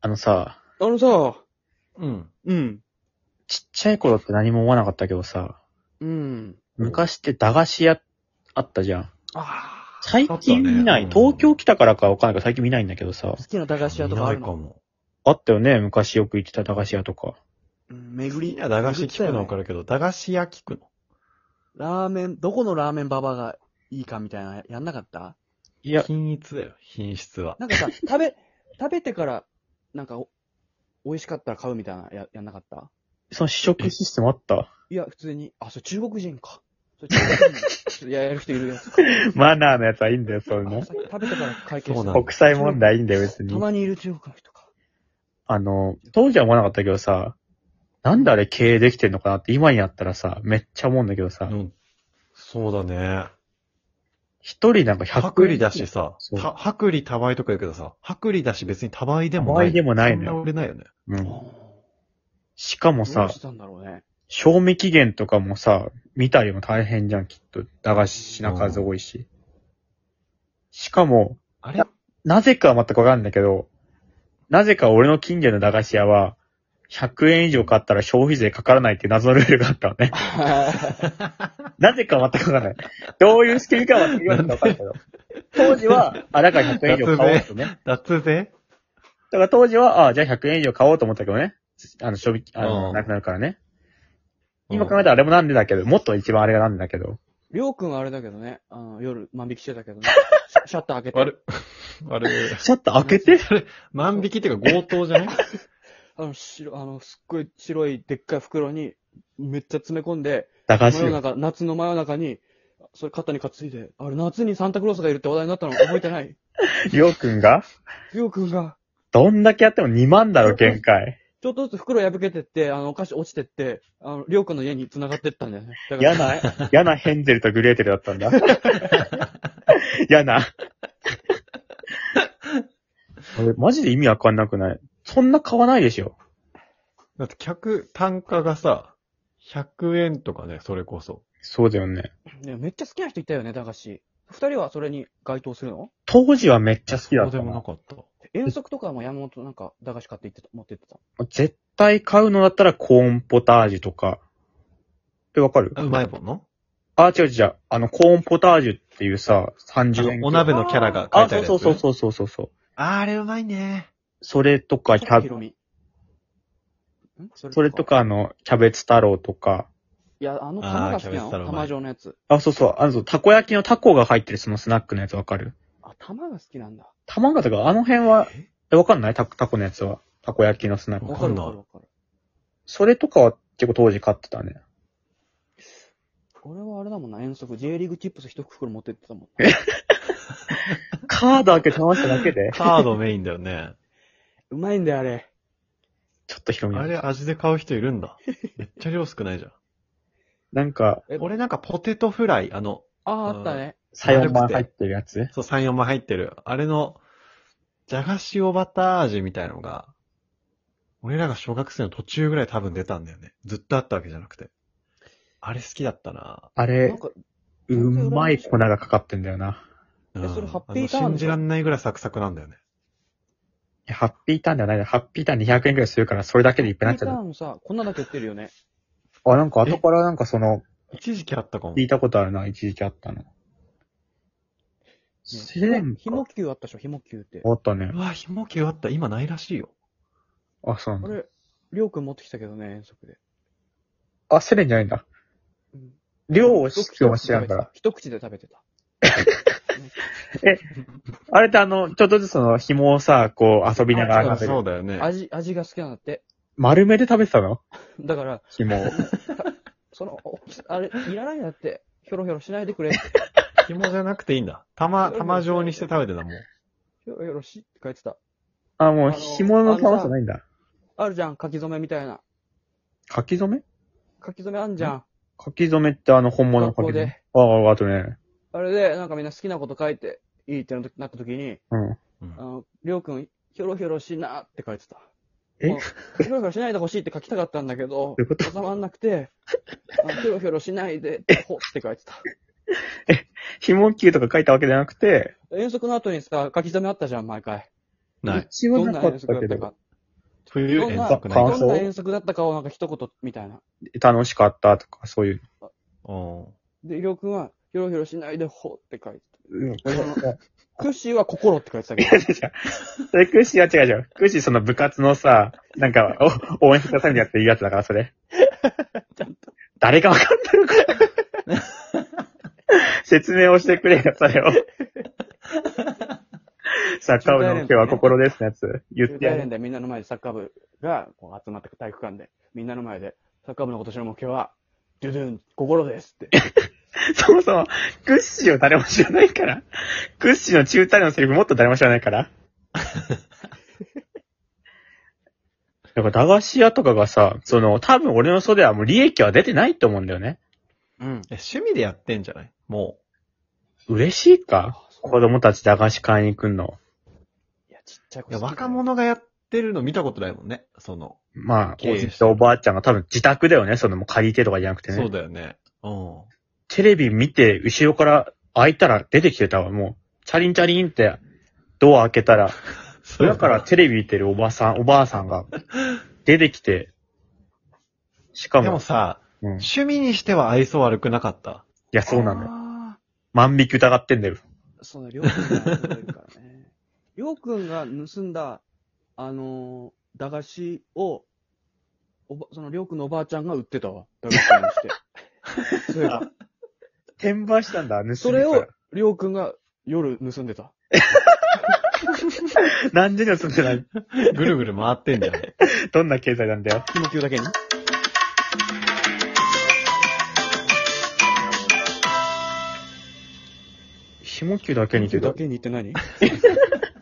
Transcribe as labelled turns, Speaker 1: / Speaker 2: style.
Speaker 1: あのさ、
Speaker 2: あのさ、
Speaker 3: うん。
Speaker 2: うん。
Speaker 1: ちっちゃい頃って何も思わなかったけどさ、
Speaker 2: うん。
Speaker 1: 昔って駄菓子屋あったじゃん。
Speaker 2: ああ。
Speaker 1: 最近見な
Speaker 3: あ
Speaker 1: い、
Speaker 3: ったね
Speaker 1: 東京来たからかわかんないけど最近見ないんだけどさ
Speaker 2: 好、きな駄菓子屋とかある
Speaker 3: 見
Speaker 2: の
Speaker 3: ないかも。
Speaker 1: あったよね、昔よく行ってた駄菓子屋とか。
Speaker 2: うん、巡り。
Speaker 3: いや、駄菓子聞く
Speaker 2: 巡っ
Speaker 3: の分
Speaker 2: たよ
Speaker 3: か
Speaker 2: ね
Speaker 3: るけど、駄菓子屋聞くの。
Speaker 2: ラーメン、どこのラーメンババアがいいかみたいな、やんなかった
Speaker 1: いや、
Speaker 3: 均一だよ、品質は。
Speaker 2: なんかさ、 食べ、食べてから、なんかお、美味しかったら買うみたいな、や、やんなかった
Speaker 1: その試食システムあった。
Speaker 2: いや、普通に、あ、それ中国人か。それ中国人ちょっとや、 やる人いるやつか。
Speaker 1: マナーのやつはいいんだよ、そういうの
Speaker 2: あ。さ食べてから会計
Speaker 3: そう
Speaker 2: し
Speaker 3: な
Speaker 2: た
Speaker 3: んだ
Speaker 1: 国際問題いいんだよ、別
Speaker 2: た
Speaker 1: に。
Speaker 2: まにいる中国の人か。
Speaker 1: あの、当時は思わなかったけどさ、なんであれ経営できてんのかなって今になったらさ、めっちゃ思うんだけど
Speaker 3: う
Speaker 1: さ、
Speaker 3: ん。そうだね。
Speaker 1: 一人なんか100
Speaker 3: 薄利だしさ
Speaker 1: そ、う
Speaker 3: た薄利多売とか言うけどさ、薄利だし別に多売でも
Speaker 1: 多
Speaker 3: ない。
Speaker 1: 売でもないのよ
Speaker 3: そんな売れないよね。
Speaker 1: うん。
Speaker 2: ど
Speaker 1: しかも
Speaker 2: う
Speaker 1: さ、
Speaker 2: してたんだろうね。
Speaker 1: 賞味期限とかもさ、見たりも大変じゃん、きっと。駄菓子品数多いし。しかも、
Speaker 3: あれ
Speaker 1: なぜかは全くわかんないけど、なぜか俺の近所の駄菓子屋は、100円以上買ったら消費税かからないっていう謎のルールがあったの ね。なぜかは全くわかんない。どういう仕組みかは全くわかんないけど。当時は、あ、だから100円以上買おうとね。
Speaker 3: 脱
Speaker 1: だ
Speaker 3: 税
Speaker 1: から当時は、あ、じゃあ100円以上買おうと思ったけどね。あの、賞味、あの、
Speaker 3: うん
Speaker 1: なくなるからね。今考えたらあれもなんでだけど、もっと一番あれがなんでだけど。
Speaker 2: りょうくんはあれだけどね、あの、夜万引きしてたけどね。シャッター開けて。
Speaker 3: あれ、あ れ、
Speaker 1: ちょっと開けて
Speaker 3: 万引きっていうか強盗じゃない
Speaker 2: あの、白、あの、すっごい白いでっかい袋に、めっちゃ詰め込んで、
Speaker 1: 駄
Speaker 2: 真
Speaker 1: 菓子
Speaker 2: 夜
Speaker 1: 屋。
Speaker 2: 中、夏の真夜中に、それ肩に担いで、あれ夏にサンタクロースがいるって話題になったの覚えてない
Speaker 1: りょうくんが
Speaker 2: りょうくんが、
Speaker 1: どんだけやっても2万だろ、限界。
Speaker 2: ちょっとずつ袋破けてって、あの、お菓子落ちてって、あの、りょうくんの家に繋がってったんだよね。だから
Speaker 1: 嫌な、嫌なヘンゼルとグレーテルだったん だ。嫌な。これマジで意味わかんなくないそんな買わないでしょ。
Speaker 3: だって客、単価がさ、100円とかね、それこそ。
Speaker 1: そうだよね。
Speaker 2: ねめっちゃ好きな人いたよね、駄菓子。二人はそれに該当するの
Speaker 1: 当時はめっちゃ好きだ
Speaker 3: そ
Speaker 1: っ
Speaker 3: う
Speaker 1: た
Speaker 3: でもな
Speaker 1: な。
Speaker 3: かった。
Speaker 2: 遠足とかも山本なんか駄菓子買って行ってた、持ってってた。
Speaker 1: 絶対買うのだったらコーンポタージュとか。え、わかる
Speaker 3: あうまいもんの
Speaker 1: あ、違う違う。あの、コーンポタージュっていうさ、
Speaker 3: あ
Speaker 1: 30円。
Speaker 3: のお鍋のキャラが書い
Speaker 1: あ、
Speaker 3: て
Speaker 1: そう
Speaker 3: あるやつ。
Speaker 1: そうそうそうそうそうそう。
Speaker 3: あーあれうまいね。
Speaker 1: それとか、キャ
Speaker 2: ひろみ。んそ
Speaker 1: それと。か、あの、キャベツ太郎とか、
Speaker 2: いや、あの玉が好き
Speaker 3: あーキャベツ
Speaker 2: な
Speaker 3: 太
Speaker 2: の
Speaker 3: 郎うまい
Speaker 2: 玉状のやつ。
Speaker 1: あ、そうそう、あの、そうたこ焼きのタコが入ってるそのスナックのやつわかる
Speaker 2: あ、玉が好きなんだ。
Speaker 1: 玉がとか、あの辺は、
Speaker 3: え
Speaker 1: え、わかんないタコ、タコのやつは。たこ焼きのスナッ
Speaker 3: わ
Speaker 1: ク。
Speaker 2: わ
Speaker 3: か
Speaker 2: か
Speaker 3: ん
Speaker 2: る
Speaker 3: ない。
Speaker 2: わかるわかる。
Speaker 1: それとかは結構当時買ってたね。
Speaker 2: 俺はあれだもんな、遠足。J リーグチップス一袋持ってってたもん。
Speaker 1: カード開けてましただけで
Speaker 3: カードメインだよね。
Speaker 2: うまいんだよ、あれ。
Speaker 1: ちょっと広
Speaker 3: あ
Speaker 1: め
Speaker 3: れ味で買う人いるんだ。めっちゃ量少ないじゃん。
Speaker 1: なんか、
Speaker 2: え
Speaker 3: 俺なんかポテトフライ、あの、
Speaker 2: ああ、あったね。
Speaker 1: サヨンマ
Speaker 3: 丸くて
Speaker 1: 入ってるやつ
Speaker 3: そう3、4枚入ってる。あれの、じゃが塩バター味みたいのが、俺らが小学生の途中ぐらい多分出たんだよね。ずっとあったわけじゃなくて。あれ好きだったな。
Speaker 1: あ
Speaker 2: な
Speaker 1: れ
Speaker 2: ん、か、
Speaker 1: うまい粉がかかってんだよな。
Speaker 3: う
Speaker 2: え
Speaker 3: ん、
Speaker 2: それハッピーターン
Speaker 3: あの信じらんないぐらいサクサクなんだよね。
Speaker 1: いやハッピーターンではないなハッピーターン200円くらいするから、それだけでいっぱいになっち
Speaker 2: ピータ
Speaker 1: ゃ
Speaker 2: ーンさ、こんなだけ売ってるよね。
Speaker 1: う。あ、なんか後からなんかその、
Speaker 3: 一時期あったかも
Speaker 1: 聞。いたことあるな、一時期あったの。セレン
Speaker 2: ひも球あったでしょ、ひも球って
Speaker 1: あ。ったね
Speaker 3: う。わ、ひもきあった。今ないらしいよ。
Speaker 1: あ、そうなんだ。
Speaker 2: 俺、りょうくん持ってきたけどね、遠足で。
Speaker 1: あ、セレンじゃないんだ。
Speaker 2: うん
Speaker 1: 量を知っても知らんから。。
Speaker 2: 一口で食べてた。
Speaker 1: あれってあの、ちょっとずつその紐をさ、こう遊びながら
Speaker 3: あ
Speaker 1: 食べ
Speaker 3: そう
Speaker 1: る。
Speaker 3: だよね。
Speaker 2: 味、味が好きなんだって。
Speaker 1: 丸めで食べてたの
Speaker 2: だから、
Speaker 1: 紐を。
Speaker 2: その、おあれ、いらないんだって。ひょろひょろしないでくれ。
Speaker 3: ひもじゃなくていいんだ。玉、玉状にして食べてたもん。
Speaker 2: ひょろひょろしって書いてた。
Speaker 1: あ、も
Speaker 2: あ
Speaker 1: う
Speaker 2: の
Speaker 1: 紐の玉じゃないんだ。
Speaker 2: あるじゃん、書き初めみたいな。
Speaker 1: 書き初め
Speaker 2: 書き初めあんじゃん。
Speaker 1: 書き初めってあの本物の書き初め。ああ、あとね。
Speaker 2: あれで、なんかみんな好きなこと書いていいってなった時に、
Speaker 1: うん。
Speaker 3: うん
Speaker 2: あの、りょうくん、ひょろひょろしなって書いて た。
Speaker 1: え
Speaker 2: もうひょろひょろしないでほしいって書きたかったんだけど
Speaker 1: ういうこと、
Speaker 2: 収まんなくて、あのひょろひょろしないで、ほって書いてた。
Speaker 1: 紐球とか書いたわけじゃなくて、
Speaker 2: 遠足の後にさ、書き初めあったじゃん、毎回。
Speaker 3: ない。
Speaker 1: 一応
Speaker 2: どん
Speaker 1: な
Speaker 2: な
Speaker 1: か
Speaker 2: 遠
Speaker 1: った
Speaker 2: 足だ
Speaker 1: け
Speaker 2: った
Speaker 1: ど。
Speaker 2: か。
Speaker 3: 冬
Speaker 2: どん
Speaker 3: 遠
Speaker 2: な、
Speaker 3: 足ない
Speaker 1: 感
Speaker 2: ど
Speaker 1: 想
Speaker 2: んな遠足だったかをなんか一言みたいな。
Speaker 1: 楽しかったとか、そういう。
Speaker 3: うん。
Speaker 2: で、りょうくんは、ひょろひょろしないでほって書いて
Speaker 1: うん。
Speaker 2: た。クッシーは心って書いてたけど。
Speaker 1: それ、クッシーは違う違う。クッシーその部活のさ、なんか、お応援してくださいみたいなやつ言うやつだから、それ。誰が分かってるか。説明をしてくれよ、それを。サッカー部の今日は心ですのやつ。言ってや
Speaker 2: 大
Speaker 1: る
Speaker 2: 連。でみんなの前でサッカー部がこう集まって体育館で、みんなの前で、サッカー部の今年の目標は、ドゥドゥン、心ですって。
Speaker 1: そもそも、クッシーを誰も知らないから。クッシーの中退のセリフもっと誰も知らない から。だから、駄菓子屋とかがさ、その、多分俺の袖はもう利益は出てないと思うんだよね。
Speaker 2: うん。
Speaker 3: え、趣味でやってんじゃないも。
Speaker 1: 嬉しいか子供たち駄菓子買いに行くの。
Speaker 2: いや、ちっちゃいう子
Speaker 3: いや、
Speaker 2: 好きだ
Speaker 3: 若
Speaker 2: よ
Speaker 3: 者がやってるの見たことないもんね。その、
Speaker 1: まあ、
Speaker 3: 経
Speaker 1: お
Speaker 3: 営
Speaker 1: じ
Speaker 3: 者
Speaker 1: いとおばあちゃんが多分自宅だよね。そのもう借りてとかじゃなくて
Speaker 3: そう
Speaker 1: ね。
Speaker 3: だよね。うん。
Speaker 1: テレビ見て、後ろから開いたら出てきてたわ、もう。チャリンチャリンって、ドア開けたら、
Speaker 3: そ
Speaker 1: 裏からテレビ見てるおばさん、おばあさんが出てきて、しか
Speaker 3: でも
Speaker 1: も、
Speaker 3: さ、
Speaker 1: うん、い
Speaker 3: 趣味にしては愛想悪くなかった。
Speaker 1: や、そうなのよ。
Speaker 2: あ
Speaker 1: 万引き疑ってんだよ。
Speaker 2: ーそうね、りょうくんがすごいから ね。りょうくんが盗んだ、あのー駄菓子を、おば、そのりょうくんのおばあちゃんが売ってたわ。駄菓子屋に して。そういえば。
Speaker 1: 転売したんだ、盗んで
Speaker 2: それを、りょうくんが夜盗んでた。
Speaker 1: 何時に盗んでない
Speaker 3: ぐるぐる回ってんじゃん。
Speaker 1: どんな経済なんだよ。
Speaker 2: 気持ちだけに。
Speaker 1: 紐球だけにけ
Speaker 2: だ
Speaker 1: ど、
Speaker 2: けにって何